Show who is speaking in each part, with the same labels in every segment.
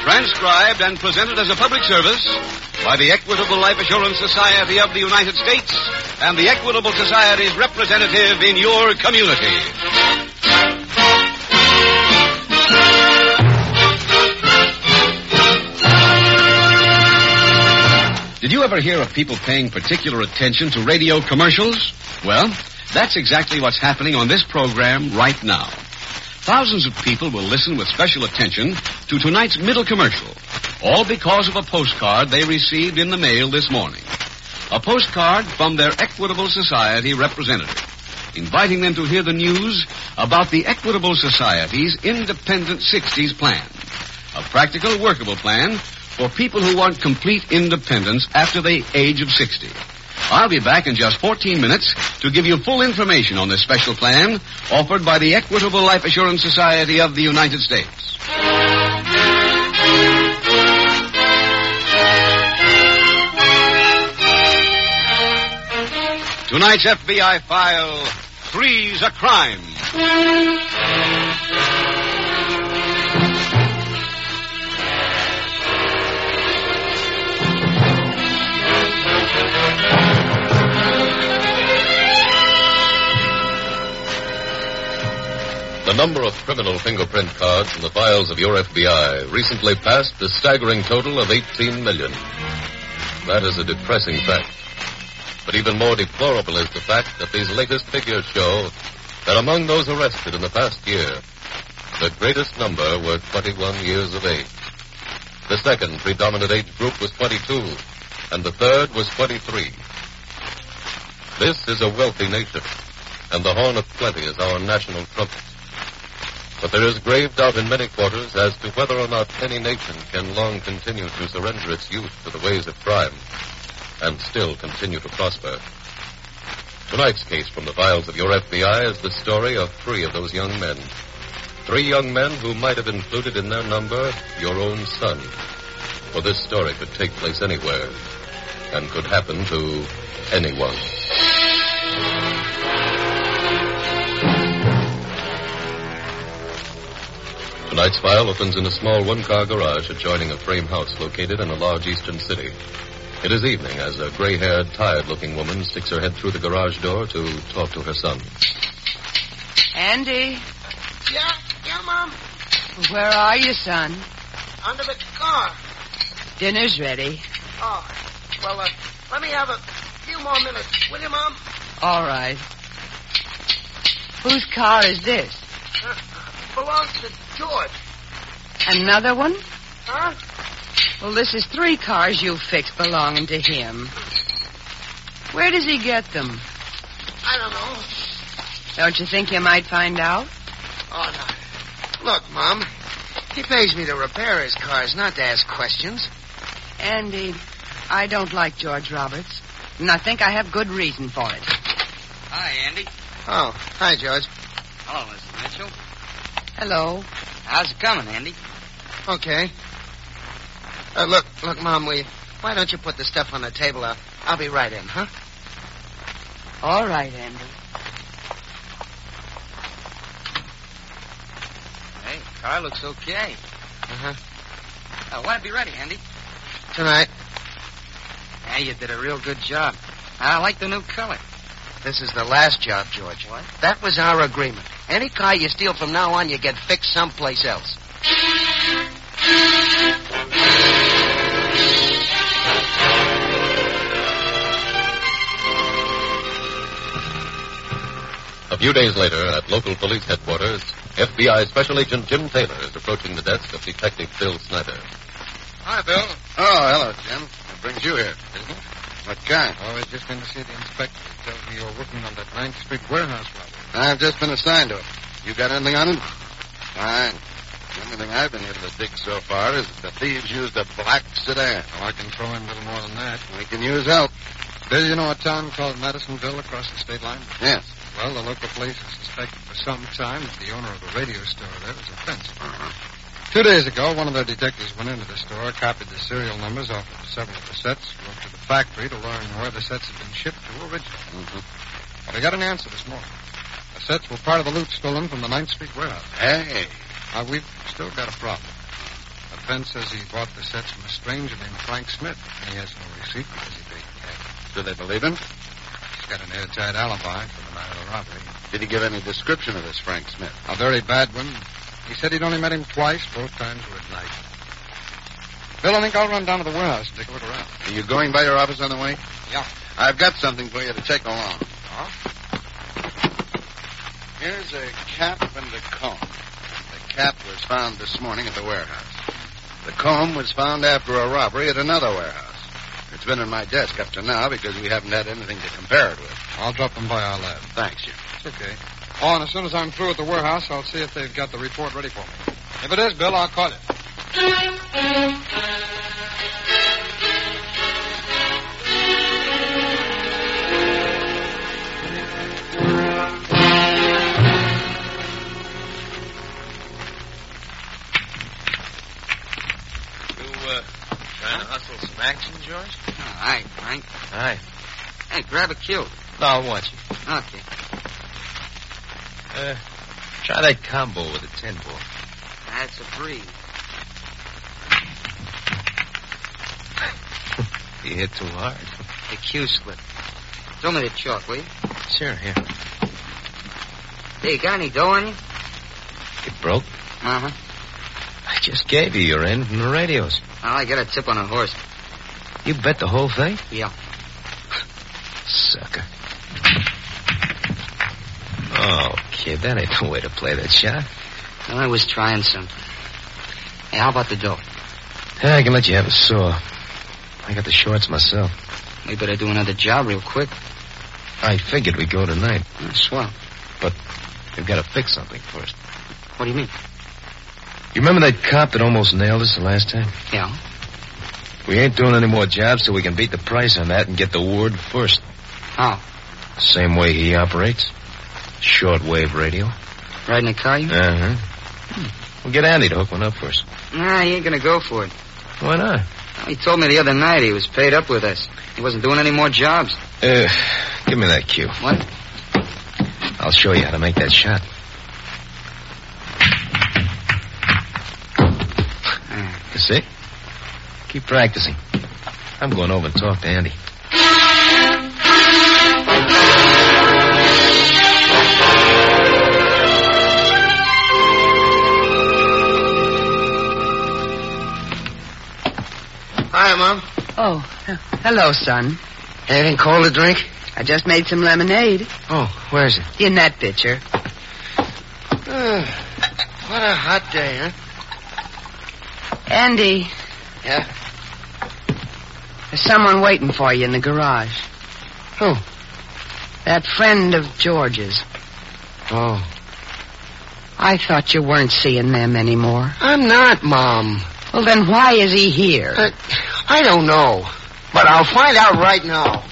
Speaker 1: transcribed and presented as a public service by the Equitable Life Assurance Society of the United States and the Equitable Society's representative in your community. Did you ever hear of people paying particular attention to radio commercials? Well, that's exactly what's happening on this program right now. Thousands of people will listen with special attention to tonight's middle commercial, all because of a postcard they received in the mail this morning. A postcard from their Equitable Society representative, inviting them to hear the news about the Equitable Society's Independent 60s plan. A practical, workable plan for people who want complete independence after the age of 60. I'll be back in just 14 minutes to give you full information on this special plan offered by the Equitable Life Assurance Society of the United States. Tonight's FBI file, Three's a Crime.
Speaker 2: The number of criminal fingerprint cards in the files of your FBI recently passed the staggering total of 18 million. That is a depressing fact. But even more deplorable is the fact that these latest figures show that among those arrested in the past year, the greatest number were 21 years of age. The second predominant age group was 22, and the third was 23. This is a wealthy nation, and the horn of plenty is our national trumpet. But there is grave doubt in many quarters as to whether or not any nation can long continue to surrender its youth to the ways of crime and still continue to prosper. Tonight's case from the files of your FBI is the story of three of those young men. Three young men who might have included in their number your own son. For this story could take place anywhere and could happen to anyone. Tonight's file opens in a small one-car garage adjoining a frame house located in a large eastern city. It is evening as a gray-haired, tired-looking woman sticks her head through the garage door to talk to her son.
Speaker 3: Andy,
Speaker 4: Yeah, yeah, Mom.
Speaker 3: where are you, son?
Speaker 4: Under the car.
Speaker 3: Dinner's ready.
Speaker 4: Oh, well, uh, let me have a few more minutes, will you, Mom?
Speaker 3: All right. Whose car is this?
Speaker 4: Uh, belongs to George,
Speaker 3: Another one?
Speaker 4: huh?
Speaker 3: Well, this is three cars you fixed belonging to him. Where does he get them?
Speaker 4: I don't know.
Speaker 3: Don't you think you might find out?
Speaker 4: Oh, no. Look, Mom. He pays me to repair his cars, not to ask questions.
Speaker 3: Andy, I don't like George Roberts, and I think I have good reason for it.
Speaker 5: Hi, Andy.
Speaker 4: Oh, hi, George.
Speaker 5: Hello, Mrs. Mitchell.
Speaker 3: Hello.
Speaker 5: How's it coming, Andy?
Speaker 4: Okay. Uh, look, look, Mom, will you, why don't you put the stuff on the table? I'll, I'll be right in, huh?
Speaker 3: All right, Andy.
Speaker 5: Hey, car looks okay.
Speaker 4: Uh-huh.
Speaker 5: Uh, when'd it be ready, Andy?
Speaker 4: Tonight,
Speaker 5: Hey, you did a real good job. I like the new color.
Speaker 4: This is the last job, George.
Speaker 5: What?
Speaker 4: That was our agreement. Any car you steal from now on, you get fixed someplace else.
Speaker 2: A few days later, at local police headquarters, FBI Special Agent Jim Taylor is approaching the desk of Detective Bill Snyder.
Speaker 6: Hi, Bill. Oh, hello, Jim. What brings you here? Business? What kind? Oh, I just been to see the inspector. He tells me you're working on that 9th Street warehouse robbery. I've just been assigned to it. You got anything on him? Fine.
Speaker 1: The only thing I've been able to dig so far is that the thieves used a black sedan. Well, I can throw in a little more than that. We can use help. Bill, you know a town called Madisonville across the state line? Yes. Well, the local police have suspected for some time that the owner of the radio store there was a fence. Two days ago, one of their detectives went into the store, copied the serial numbers off of several of the sets, went to the factory to learn where the sets had been shipped to originally. Well, they got an answer this morning. The sets were part of the loot stolen from the 9th Street warehouse. Hey. Uh, we've still got a problem. The fence says he bought the sets from a stranger named Frank Smith, and he has no receipt because he paid cash. Do they believe him? He's got an airtight alibi for the night of the robbery. Did he give any description of this Frank Smith? A very bad one. He said he'd only met him twice, both times were at night. Bill, I think I'll run down to the warehouse and take a look around. Are you going by your office on the way? Yeah. I've got something for you to take along. Huh? Here's a cap and a comb. The cap was found this morning at the warehouse. The comb was found after a robbery at another warehouse. It's been in my desk up to now because we haven't had anything to compare it with. I'll drop them by our lab. Thanks, you. It's okay. Oh, and as soon as I'm through at the warehouse, I'll see if they've got the report ready for me. If it is, Bill, I'll call you.
Speaker 2: You, uh, trying to hustle some action, George?
Speaker 7: All right, Frank.
Speaker 2: Aye.
Speaker 7: Hey, grab a cue.
Speaker 2: No, I want you.
Speaker 7: Okay.
Speaker 2: Uh, try that combo with a ten ball.
Speaker 7: That's a breeze.
Speaker 2: You hit too hard.
Speaker 7: The cue slip. Throw me the chalk, will you?
Speaker 2: Sure, here.
Speaker 7: Hey, you got any dough on you?
Speaker 2: You broke?
Speaker 7: Uh-huh.
Speaker 2: I just gave you your end from the radios.
Speaker 7: Well, I got a tip on a horse.
Speaker 2: You bet the whole thing?
Speaker 7: Yeah.
Speaker 2: Sucker. Oh, kid, that ain't the way to play that shot.
Speaker 7: Well, I was trying something. Hey, how about the dough?
Speaker 2: Yeah, I can let you have a saw. I got the shorts myself.
Speaker 7: We better do another job real quick.
Speaker 2: I figured we'd go tonight.
Speaker 7: Uh, swell.
Speaker 2: We've got to fix something first.
Speaker 7: What do you mean?
Speaker 2: You remember that cop that almost nailed us the last time?
Speaker 7: Yeah.
Speaker 2: We ain't doing any more jobs till we can beat the price on that and get the word first.
Speaker 7: How?
Speaker 2: Same way he operates. Shortwave radio.
Speaker 7: Riding a car, you?
Speaker 2: Uh-huh. We'll get Andy to hook one up for us.
Speaker 7: Nah, he ain't gonna go for it.
Speaker 2: Why not?
Speaker 7: He told me the other night he was paid up with us. He wasn't doing any more jobs.
Speaker 2: Uh, give me that cue.
Speaker 7: What?
Speaker 2: I'll show you how to make that shot. You see? Keep practicing. I'm going over and talk to Andy.
Speaker 3: Hi, Mom.
Speaker 8: Oh, hello, son.
Speaker 3: Anything cold to drink?
Speaker 8: I just made some lemonade
Speaker 3: Oh, where's it?
Speaker 8: in that pitcher.
Speaker 3: what a hot day, huh?
Speaker 8: Andy,
Speaker 3: Yeah.
Speaker 8: there's someone waiting for you in the garage.
Speaker 3: Who?
Speaker 8: That friend of George's.
Speaker 3: Oh.
Speaker 8: I thought you weren't seeing them anymore.
Speaker 3: I'm not, Mom.
Speaker 8: Well, then why is he here?
Speaker 3: I, I don't know. But I'll find out right now.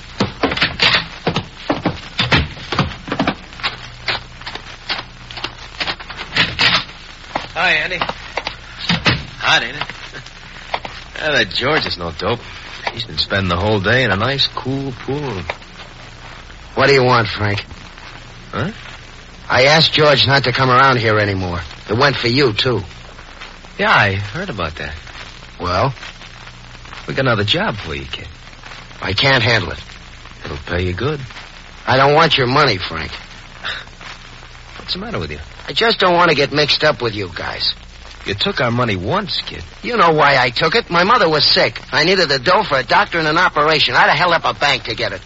Speaker 2: Hi, Andy. Hot, ain't it? Well, Uh, that George is no dope. He's been spending the whole day in a nice, cool pool.
Speaker 3: What do you want, Frank?
Speaker 2: Huh?
Speaker 3: I asked George not to come around here anymore. It went for you, too.
Speaker 2: Yeah, I heard about that.
Speaker 3: Well,
Speaker 2: We got another job for you, kid.
Speaker 3: I can't handle it.
Speaker 2: It'll pay you good.
Speaker 3: I don't want your money, Frank.
Speaker 2: What's the matter with you?
Speaker 3: I just don't want to get mixed up with you guys.
Speaker 2: You took our money once, kid.
Speaker 3: You know why I took it. My mother was sick. I needed the dough for a doctor and an operation. I'd have held up a bank to get it.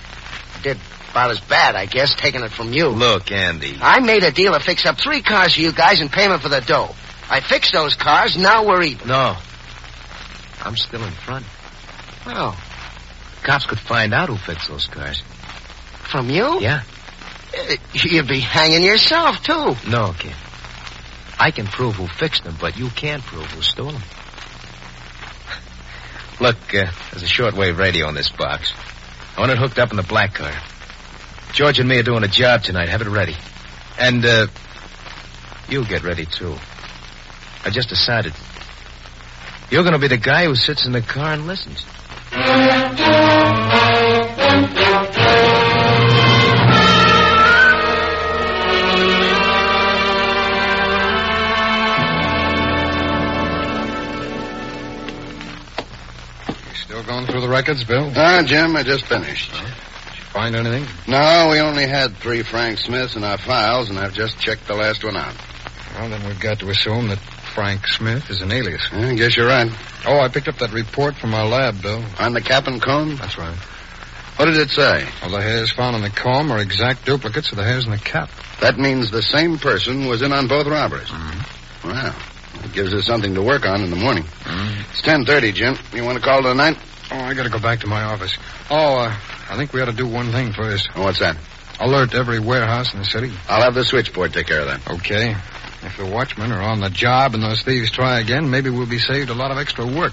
Speaker 3: Did about as bad, I guess, taking it from you.
Speaker 2: Look, Andy.
Speaker 3: I made a deal to fix up three cars for you guys in payment for the dough. I fixed those cars. Now we're even.
Speaker 2: No. I'm still in front.
Speaker 3: Well,
Speaker 2: Cops could find out who fixed those cars.
Speaker 3: from you?
Speaker 2: Yeah?
Speaker 3: Uh, You'd be hanging yourself, too.
Speaker 2: No, kid. I can prove who fixed them, but you can't prove who stole them. Look, uh, there's a shortwave radio in this box. I want it hooked up in the black car. George and me are doing a job tonight. Have it ready. And, uh, you get ready, too. I just decided. You're going to be the guy who sits in the car and listens.
Speaker 9: You still going through the records, Bill? Ah, Jim, I just finished.
Speaker 2: Find anything?
Speaker 9: No, we only had three Frank Smiths in our files, and I've just checked the last one out.
Speaker 10: Well, then we've got to assume that Frank Smith is an alias.
Speaker 9: I guess you're right.
Speaker 10: Oh, I picked up that report from our lab, Bill.
Speaker 9: On the cap and comb?
Speaker 10: That's right.
Speaker 9: What did it say?
Speaker 10: All the hairs found on the comb are exact duplicates of the hairs in the cap.
Speaker 9: That means the same person was in on both robberies.
Speaker 10: Mm-hmm.
Speaker 9: Wow. That gives us something to work on in the morning. It's 10.30, Jim. You want to call tonight?
Speaker 10: Oh, I gotta go back to my office. Oh, uh, I think we ought to do one thing first.
Speaker 9: Oh, what's that?
Speaker 10: Alert every warehouse in the city.
Speaker 9: I'll have the switchboard take care of that.
Speaker 10: Okay. If the watchmen are on the job and those thieves try again, maybe we'll be saved a lot of extra work.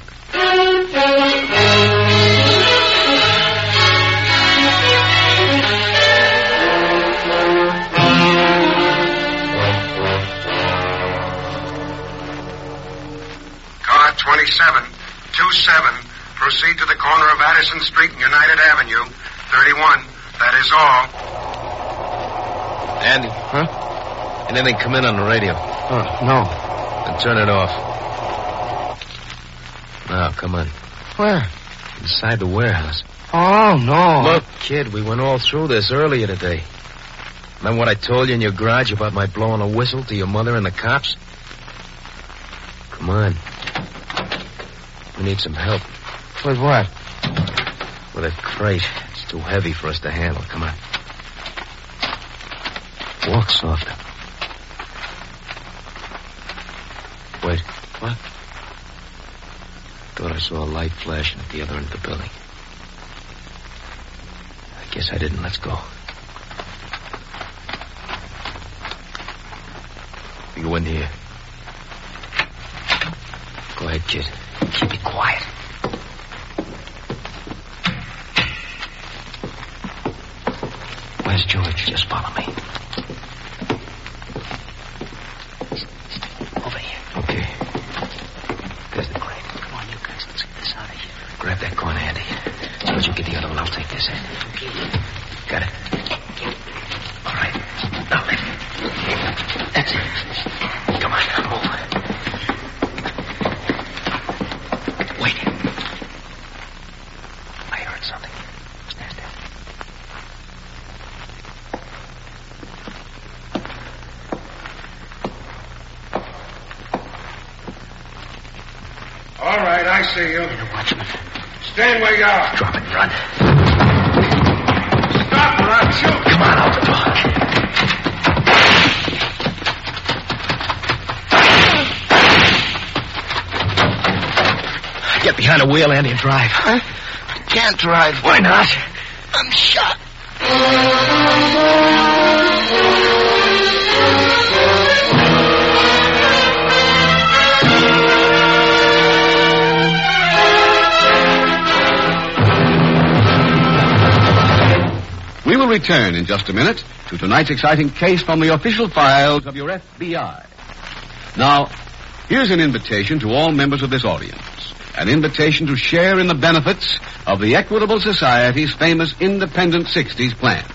Speaker 11: Car 27, 27, proceed to the corner of Addison Street and United Avenue, 31. That is all.
Speaker 2: Andy. Huh? Anything come in on the radio?
Speaker 12: Oh, no.
Speaker 2: Then turn it off. Now, come on.
Speaker 12: Where?
Speaker 2: Inside the warehouse.
Speaker 12: Oh, no.
Speaker 2: Look, kid, we went all through this earlier today. Remember what I told you in your garage about my blowing a whistle to your mother and the cops? Come on. We need some help
Speaker 12: With what?
Speaker 2: with a crate. It's too heavy for us to handle. Come on. Walk softer. Wait. What? Thought I saw a light flashing at the other end of the building. I guess I didn't. Let's go. You go in here. Go ahead, kid. Keep it quiet. Where's George? Just follow me. Over here. Okay. There's the crate. Come on, you guys. Let's get this out of here. Grab that corner, Andy. George, you get the other one. I'll take this end. Okay. Got it. All right. Now lift. That's it. Come on, move. Wait. I heard something. Stand still.
Speaker 11: All right, I see you.
Speaker 2: The watchman.
Speaker 11: Stand where you are.
Speaker 2: Drop it and run.
Speaker 11: Stop or I'll shoot.
Speaker 2: Come on, out the door. Get behind the wheel, Andy, and drive.
Speaker 12: Can't drive.
Speaker 2: Why not?
Speaker 12: I'm shot.
Speaker 1: We will return in just a minute to tonight's exciting case from the official files of your FBI. Now, here's an invitation to all members of this audience. An invitation to share in the benefits of the Equitable Society's famous Independent 60s plan.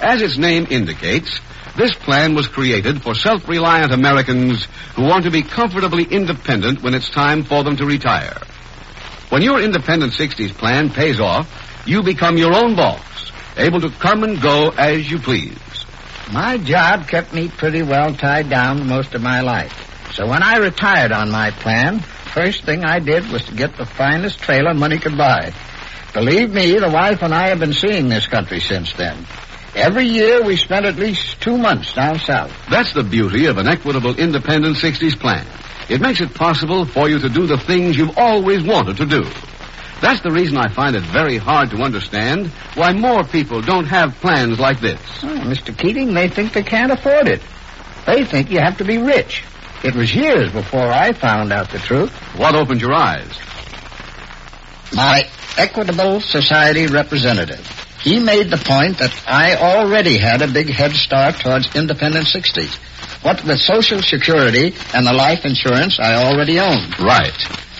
Speaker 1: As its name indicates, this plan was created for self-reliant Americans who want to be comfortably independent when it's time for them to retire. When your Independent 60s plan pays off, you become your own boss, able to come and go as you please.
Speaker 3: My job kept me pretty well tied down most of my life. So when I retired on my plan, first thing I did was to get the finest trailer money could buy. Believe me, the wife and I have been seeing this country since then. Every year we spent at least two months down south.
Speaker 1: That's the beauty of an equitable independent 60s plan. It makes it possible for you to do the things you've always wanted to do. That's the reason I find it very hard to understand why more people don't have plans like this.
Speaker 3: Oh, Mr. Keating, they think they can't afford it. They think you have to be rich. It was years before I found out the truth.
Speaker 1: What opened your eyes?
Speaker 3: My Equitable Society representative. He made the point that I already had a big head start towards independent 60s. What with Social Security and the life insurance I already owned.
Speaker 1: Right.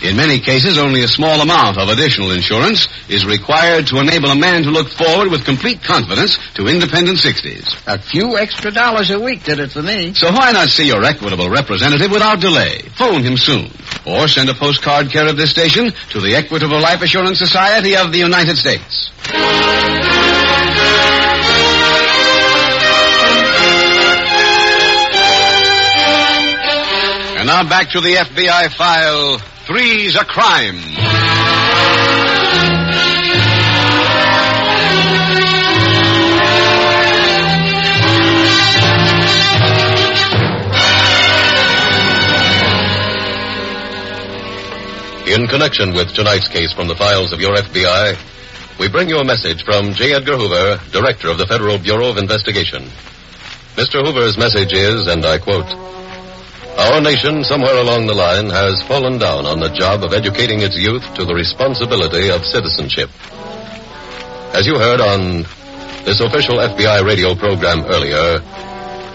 Speaker 1: In many cases, only a small amount of additional insurance is required to enable a man to look forward with complete confidence to independent 60s.
Speaker 3: A few extra dollars a week did it for me.
Speaker 1: So why not see your equitable representative without delay? Phone him soon. Or send a postcard care of this station to the Equitable Life Assurance Society of the United States. And now back to the FBI file Three's a Crime.
Speaker 2: In connection with tonight's case from the files of your FBI, we bring you a message from J. Edgar Hoover, Director of the Federal Bureau of Investigation. Mr. Hoover's message is, and I quote, Our nation, somewhere along the line, has fallen down on the job of educating its youth to the responsibility of citizenship. As you heard on this official FBI radio program earlier,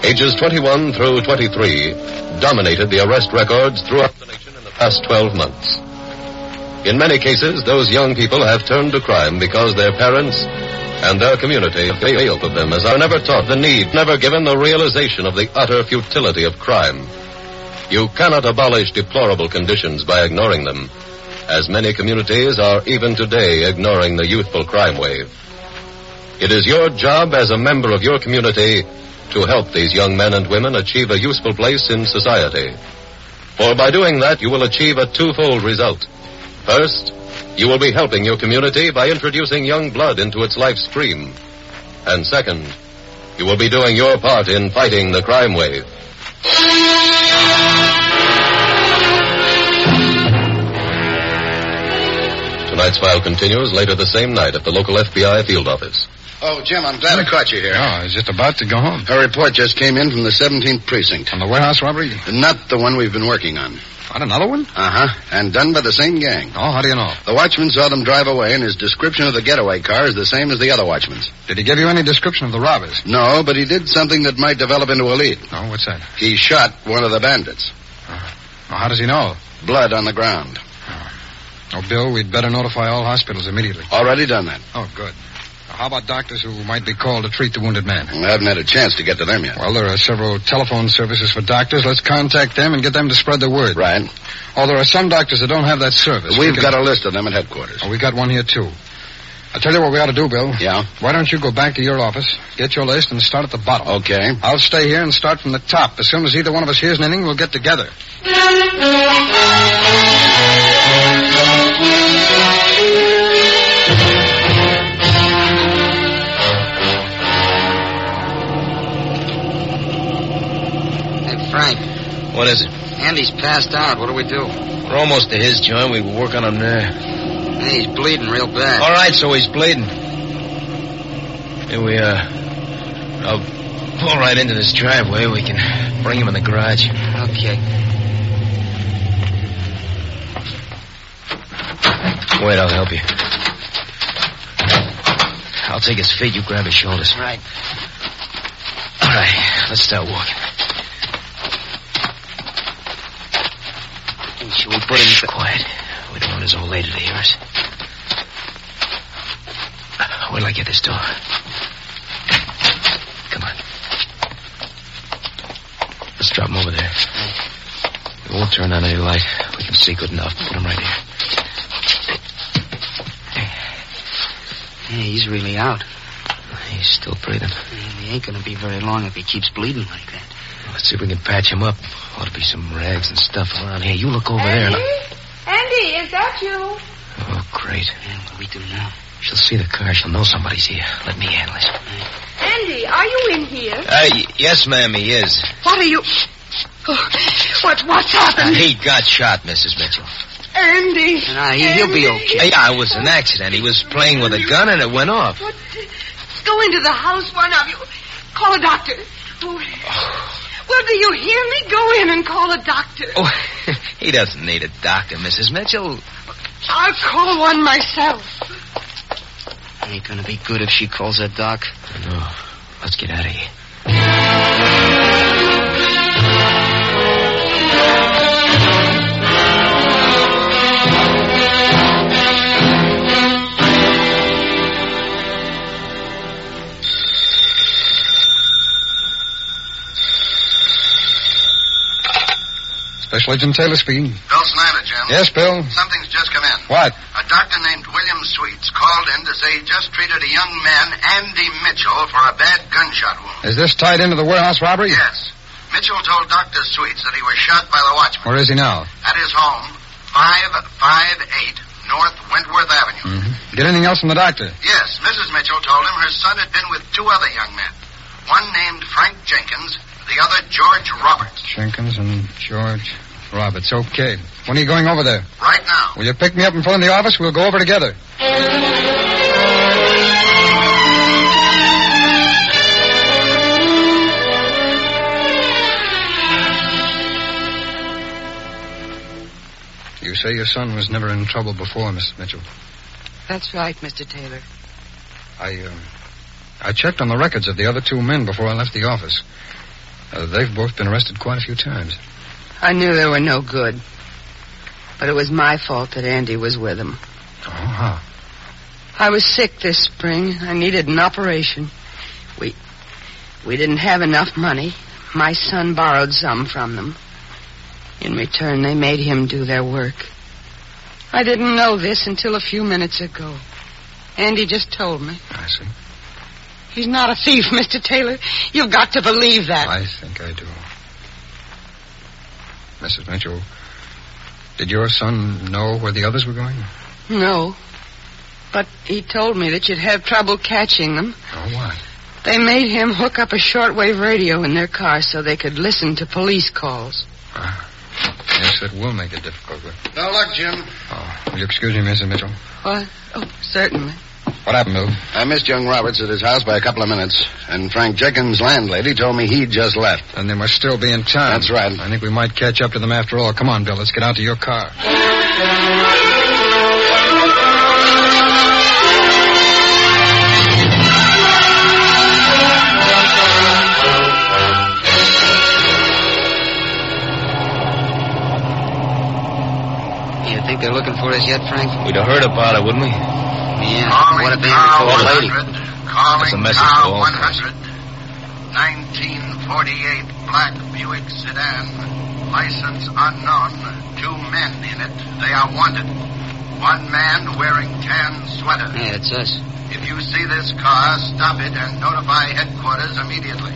Speaker 2: ages 21 through 23 dominated the arrest records throughout the nation in the past 12 months. In many cases, those young people have turned to crime because their parents and their community have failed of them as are never taught the need, never given the realization of the utter futility of crime. You cannot abolish deplorable conditions by ignoring them, as many communities are even today ignoring the youthful crime wave. It is your job as a member of your community to help these young men and women achieve a useful place in society. For by doing that, you will achieve a twofold result. First, you will be helping your community by introducing young blood into its life stream. And second, you will be doing your part in fighting the crime wave. Tonight's file continues later the same night at the local FBI field office.
Speaker 6: Oh, Jim, I'm glad I caught you here.
Speaker 13: Oh, I was just about to go home.
Speaker 6: A report just came in from the 17th precinct.
Speaker 13: On the warehouse robbery?
Speaker 6: Not the one we've been working on.
Speaker 13: On another one?
Speaker 6: Uh huh. And done by the same gang.
Speaker 13: Oh, how do you know?
Speaker 6: The watchman saw them drive away, and his description of the getaway car is the same as the other watchman's.
Speaker 13: Did he give you any description of the robbers?
Speaker 6: No, but he did something that might develop into a lead.
Speaker 13: Oh, what's that?
Speaker 6: He shot one of the bandits.
Speaker 13: Oh, how does he know?
Speaker 6: Blood on the ground.
Speaker 13: Oh, Bill, we'd better notify all hospitals immediately.
Speaker 6: Already done that.
Speaker 13: Oh, good. How about doctors who might be called to treat the wounded man?
Speaker 6: I haven't had a chance to get to them yet.
Speaker 13: Well, there are several telephone services for doctors. Let's contact them and get them to spread the word.
Speaker 6: Right.
Speaker 13: Oh, there are some doctors that don't have that service.
Speaker 6: We've got a list of them at headquarters.
Speaker 13: Oh, we got one here, too. I'll tell you what we ought to do, Bill.
Speaker 6: Yeah?
Speaker 13: Why don't you go back to your office, get your list, and start at the bottom?
Speaker 6: uh, Okay.
Speaker 13: I'll stay here and start from the top. As soon as either one of us hears anything, we'll get together.
Speaker 14: Hey, Frank,
Speaker 15: What is it?
Speaker 14: Andy's passed out. What do we do?
Speaker 15: We're almost to his joint. We were working on him there.
Speaker 14: Hey, he's bleeding real bad.
Speaker 15: All right, so he's bleeding. Here we are. I'll pull right into this driveway. We can bring him in the garage.
Speaker 14: Okay.
Speaker 15: Wait, I'll help you. I'll take his feet. You grab his shoulders.
Speaker 14: All right.
Speaker 15: All right, let's start walking.
Speaker 14: Should we put him...
Speaker 15: Shh, quiet. We don't want his old lady to hear us. Wait till I get this door. Come on. Let's drop him over there. We won't turn on any light. We can see good enough. Put him right here.
Speaker 14: Hey, he's really out.
Speaker 15: He's still breathing.
Speaker 14: He ain't gonna be very long if he keeps bleeding like that.
Speaker 15: Let's see if we can patch him up. Ought to be some rags and stuff around here. You look over there. and
Speaker 16: Andy?
Speaker 15: I-
Speaker 16: Andy, is that you?
Speaker 15: Oh, great.
Speaker 14: Yeah, what do we do now?
Speaker 15: She'll see the car. She'll know somebody's here. Let me handle it.
Speaker 16: Andy, are you in here?
Speaker 15: Uh, yes, ma'am, he is.
Speaker 16: What are you? Oh, what? What's happened,
Speaker 15: Uh, he got shot, Mrs. Mitchell.
Speaker 16: Andy?
Speaker 14: Nah, he, he'll be okay.
Speaker 15: Yeah, it was an accident. He was playing with a gun and it went off.
Speaker 16: What? Go into the house, one of you. Call a doctor. Oh,
Speaker 17: Well, do you hear me? Go in and call a doctor.
Speaker 2: Oh, he doesn't need a doctor, Mrs. Mitchell.
Speaker 17: I'll call one myself.
Speaker 3: Ain't gonna be good if she calls a doc. No. Let's get out of here.
Speaker 1: Special Agent Taylor speaking.
Speaker 18: Bill Snyder, Jim.
Speaker 1: Yes, Bill.
Speaker 18: Something's just come in.
Speaker 1: What?
Speaker 18: A doctor named William Sweets called in to say he just treated a young man, Andy Mitchell, for a bad gunshot wound.
Speaker 1: Is this tied into the warehouse robbery?
Speaker 18: Yes. Mitchell told Dr. Sweets that he was shot by the watchman
Speaker 1: Where is he now?
Speaker 18: at his home, 558 North Wentworth Avenue.
Speaker 1: Mm-hmm. Get anything else from the doctor?
Speaker 18: Yes, Mrs. Mitchell told him her son had been with two other young men. One named Frank Jenkins, the other George Roberts.
Speaker 1: Jenkins and George Roberts. Okay. When are you going over there?
Speaker 18: Right now.
Speaker 1: Will you pick me up in front of the office? We'll go over together. You say your son was never in trouble before, Mrs. Mitchell.
Speaker 4: That's right, Mr. Taylor.
Speaker 1: I, um, I checked on the records of the other two men before I left the office. Uh, they've both been arrested quite a few times.
Speaker 4: I knew they were no good. But it was my fault that Andy was with them.
Speaker 1: Oh, huh.
Speaker 4: I was sick this spring. I needed an operation. We we didn't have enough money. My son borrowed some from them. In return, they made him do their work. I didn't know this until a few minutes ago. Andy just told me.
Speaker 1: I see.
Speaker 4: He's not a thief, Mr. Taylor. You've got to believe that.
Speaker 1: I think I do. Mrs. Mitchell, did your son know where the others were going?
Speaker 4: No. But he told me that you'd have trouble catching them.
Speaker 1: Oh, why?
Speaker 4: They made him hook up a shortwave radio in their car so they could listen to police calls.
Speaker 1: Yes, it will make it difficult. But... Oh,
Speaker 19: No luck, Jim.
Speaker 1: Will you excuse me, Mrs. Mitchell?
Speaker 4: What? Oh, certainly.
Speaker 1: What happened, Bill?
Speaker 19: I missed young Roberts at his house by a couple of minutes, and Frank Jenkins' landlady told me he'd just left.
Speaker 1: Then they must still be in town.
Speaker 19: That's right.
Speaker 1: I think we might catch up to them after all. Come on, Bill. Let's get out to your car.
Speaker 3: You think they're looking for us yet, Frank?
Speaker 2: We'd have heard about it, wouldn't we?
Speaker 3: Yeah. what a band we call a lady.
Speaker 2: That's
Speaker 18: Calling
Speaker 2: a message
Speaker 18: car
Speaker 2: to all
Speaker 18: 100, 1948 black Buick sedan, license unknown, two men in it. They are wanted. One man wearing tan sweater.
Speaker 3: Yeah, it's us.
Speaker 18: If you see this car, stop it and notify headquarters immediately.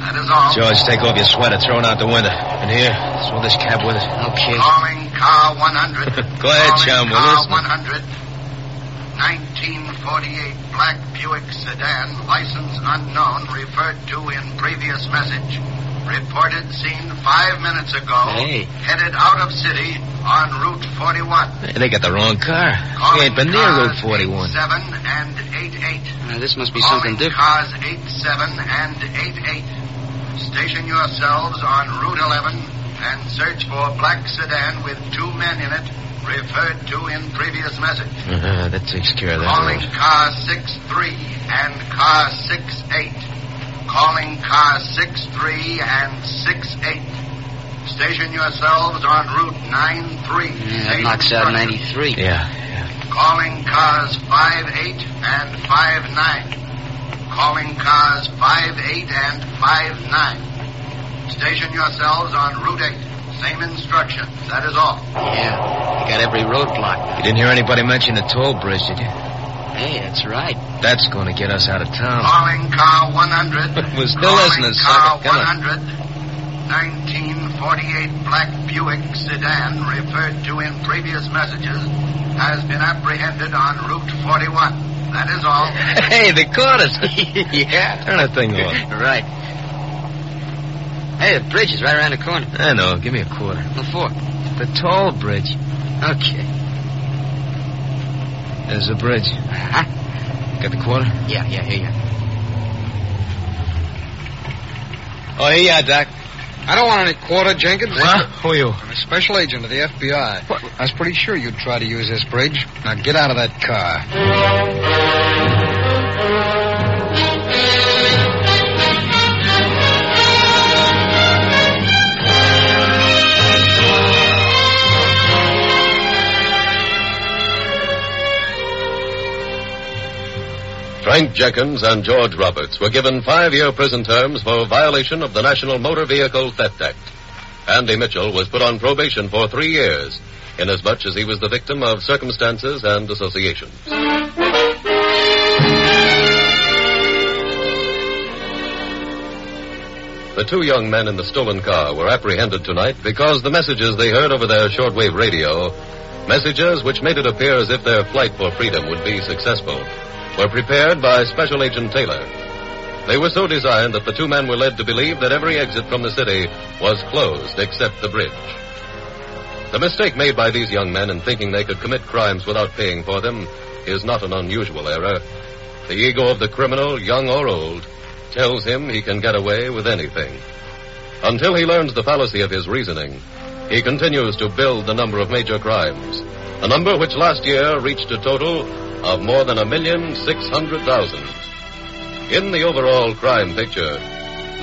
Speaker 18: That is all.
Speaker 2: George, take off your sweater. Throw it out the window. And here, throw this cap with it.
Speaker 3: Okay.
Speaker 18: Calling car 100.
Speaker 2: Go ahead,
Speaker 18: Calling
Speaker 2: chum. We're
Speaker 18: Car
Speaker 2: listening.
Speaker 18: 100. 1948 black Buick sedan, license unknown, referred to in previous message. Reported seen five minutes ago.
Speaker 2: Hey.
Speaker 18: Headed out of city on Route 41.
Speaker 2: Hey, they got the wrong car.
Speaker 18: Calling
Speaker 2: We ain't been near
Speaker 18: cars
Speaker 2: Route 41.
Speaker 18: 7 and 88.
Speaker 3: Now, this must be something
Speaker 18: Calling
Speaker 3: different.
Speaker 18: cars 87 and 88. Station yourselves on Route 11 and search for black sedan with two men in it referred to in previous message.
Speaker 2: Uh-huh, that takes care of that.
Speaker 18: Calling
Speaker 2: Road.
Speaker 18: car 63 and car 68. Calling car 63 and 68. Station yourselves on Route 93.
Speaker 3: Yeah, that
Speaker 18: Station
Speaker 3: knocks out
Speaker 18: structure.
Speaker 3: 93.
Speaker 2: Yeah.
Speaker 18: Calling cars 58 and 59. Calling cars 58 and 59. Station yourselves on Route 8. Same instructions. That is all.
Speaker 3: Yeah. They got every road blocked.
Speaker 2: You didn't hear anybody mention the toll bridge, did you?
Speaker 3: Hey, that's right.
Speaker 2: That's going to get us out of town.
Speaker 18: Calling car 100.
Speaker 2: We're still listening,
Speaker 18: Calling car
Speaker 2: sucker. Come on.
Speaker 18: 100. 1948 black Buick sedan referred to in previous messages has been apprehended on Route 41. That is all.
Speaker 2: Hey, they caught us.
Speaker 3: yeah.
Speaker 2: Turn that thing off.
Speaker 3: Right. Hey, the bridge is right around the corner.
Speaker 2: I know. Give me a quarter.
Speaker 3: What for?
Speaker 2: The toll bridge.
Speaker 3: Okay.
Speaker 2: There's the bridge.
Speaker 3: Uh-huh.
Speaker 2: Got the quarter?
Speaker 3: Yeah, yeah, here you are.
Speaker 2: Oh, here you are, Doc.
Speaker 13: I don't want any quarter, Jenkins.
Speaker 15: Huh? Who are you?
Speaker 13: I'm a special agent of the FBI. I was pretty sure you'd try to use this bridge. Now get out of that car.
Speaker 2: Frank Jenkins and George Roberts were given five year prison terms for violation of the National Motor Vehicle Theft Act. Andy Mitchell was put on probation for three years, inasmuch as he was the victim of circumstances and association. The two young men in the stolen car were apprehended tonight because the messages they heard over their shortwave radio, messages which made it appear as if their flight for freedom would be successful were prepared by Special Agent Taylor. They were so designed that the two men were led to believe that every exit from the city was closed except the bridge. The mistake made by these young men in thinking they could commit crimes without paying for them is not an unusual error. The ego of the criminal, young or old, tells him he can get away with anything. Until he learns the fallacy of his reasoning, he continues to build the number of major crimes, a number which last year reached a total of more than a million six hundred thousand. In the overall crime picture,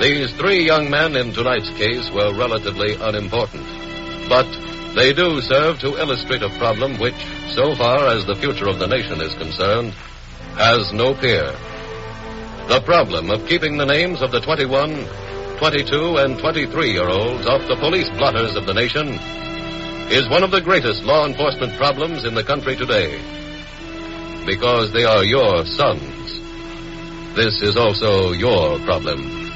Speaker 2: these three young men in tonight's case were relatively unimportant. But they do serve to illustrate a problem which, so far as the future of the nation is concerned, has no peer. The problem of keeping the names of the 21, 22, and 23 year olds off the police blotters of the nation is one of the greatest law enforcement problems in the country today because they are your sons. This is also your problem.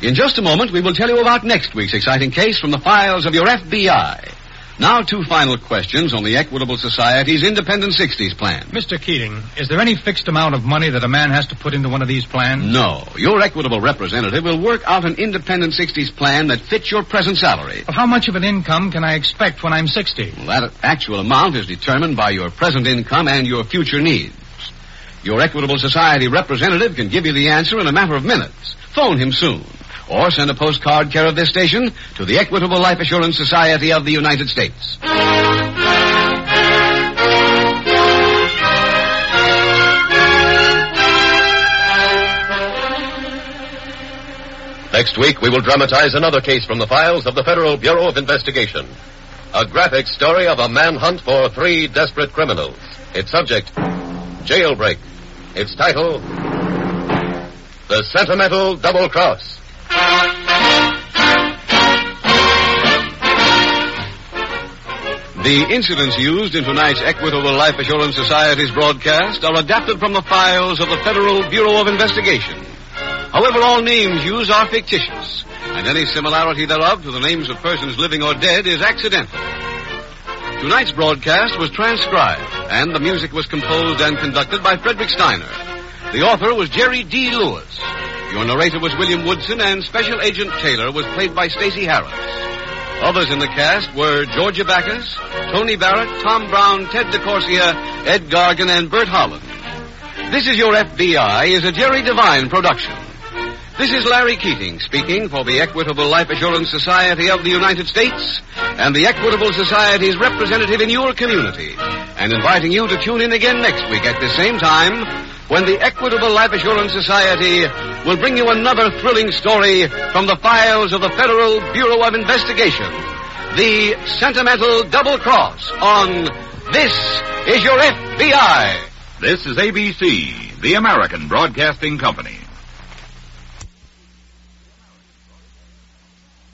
Speaker 1: In just a moment, we will tell you about next week's exciting case from the files of your FBI. Now, two final questions on the Equitable Society's Independent 60s plan.
Speaker 20: Mr. Keating, is there any fixed amount of money that a man has to put into one of these plans?
Speaker 1: No, your Equitable representative will work out an Independent 60s plan that fits your present salary.
Speaker 20: But how much of an income can I expect when I'm 60?
Speaker 1: Well, that actual amount is determined by your present income and your future needs. Your Equitable Society representative can give you the answer in a matter of minutes. Phone him soon. Or send a postcard care of this station to the Equitable Life Assurance Society of the United States.
Speaker 2: Next week, we will dramatize another case from the files of the Federal Bureau of Investigation. A graphic story of a manhunt for three desperate criminals. Its subject, Jailbreak. Its title, The Sentimental Double Cross.
Speaker 1: The incidents used in tonight's Equitable Life Assurance Society's broadcast are adapted from the files of the Federal Bureau of Investigation. However, all names used are fictitious, and any similarity thereof to the names of persons living or dead is accidental. Tonight's broadcast was transcribed, and the music was composed and conducted by Frederick Steiner. The author was Jerry D. Lewis. Your narrator was William Woodson, and Special Agent Taylor was played by Stacey Harris. Others in the cast were Georgia Backus, Tony Barrett, Tom Brown, Ted DeCorsia, Ed Gargan, and Bert Holland. This is Your FBI is a Jerry Devine production. This is Larry Keating speaking for the Equitable Life Assurance Society of the United States and the Equitable Society's representative in your community, and inviting you to tune in again next week at the same time when the Equitable Life Assurance Society will bring you another thrilling story from the files of the Federal Bureau of Investigation. The Sentimental Double Cross on This Is Your FBI.
Speaker 21: This is ABC, the American Broadcasting Company.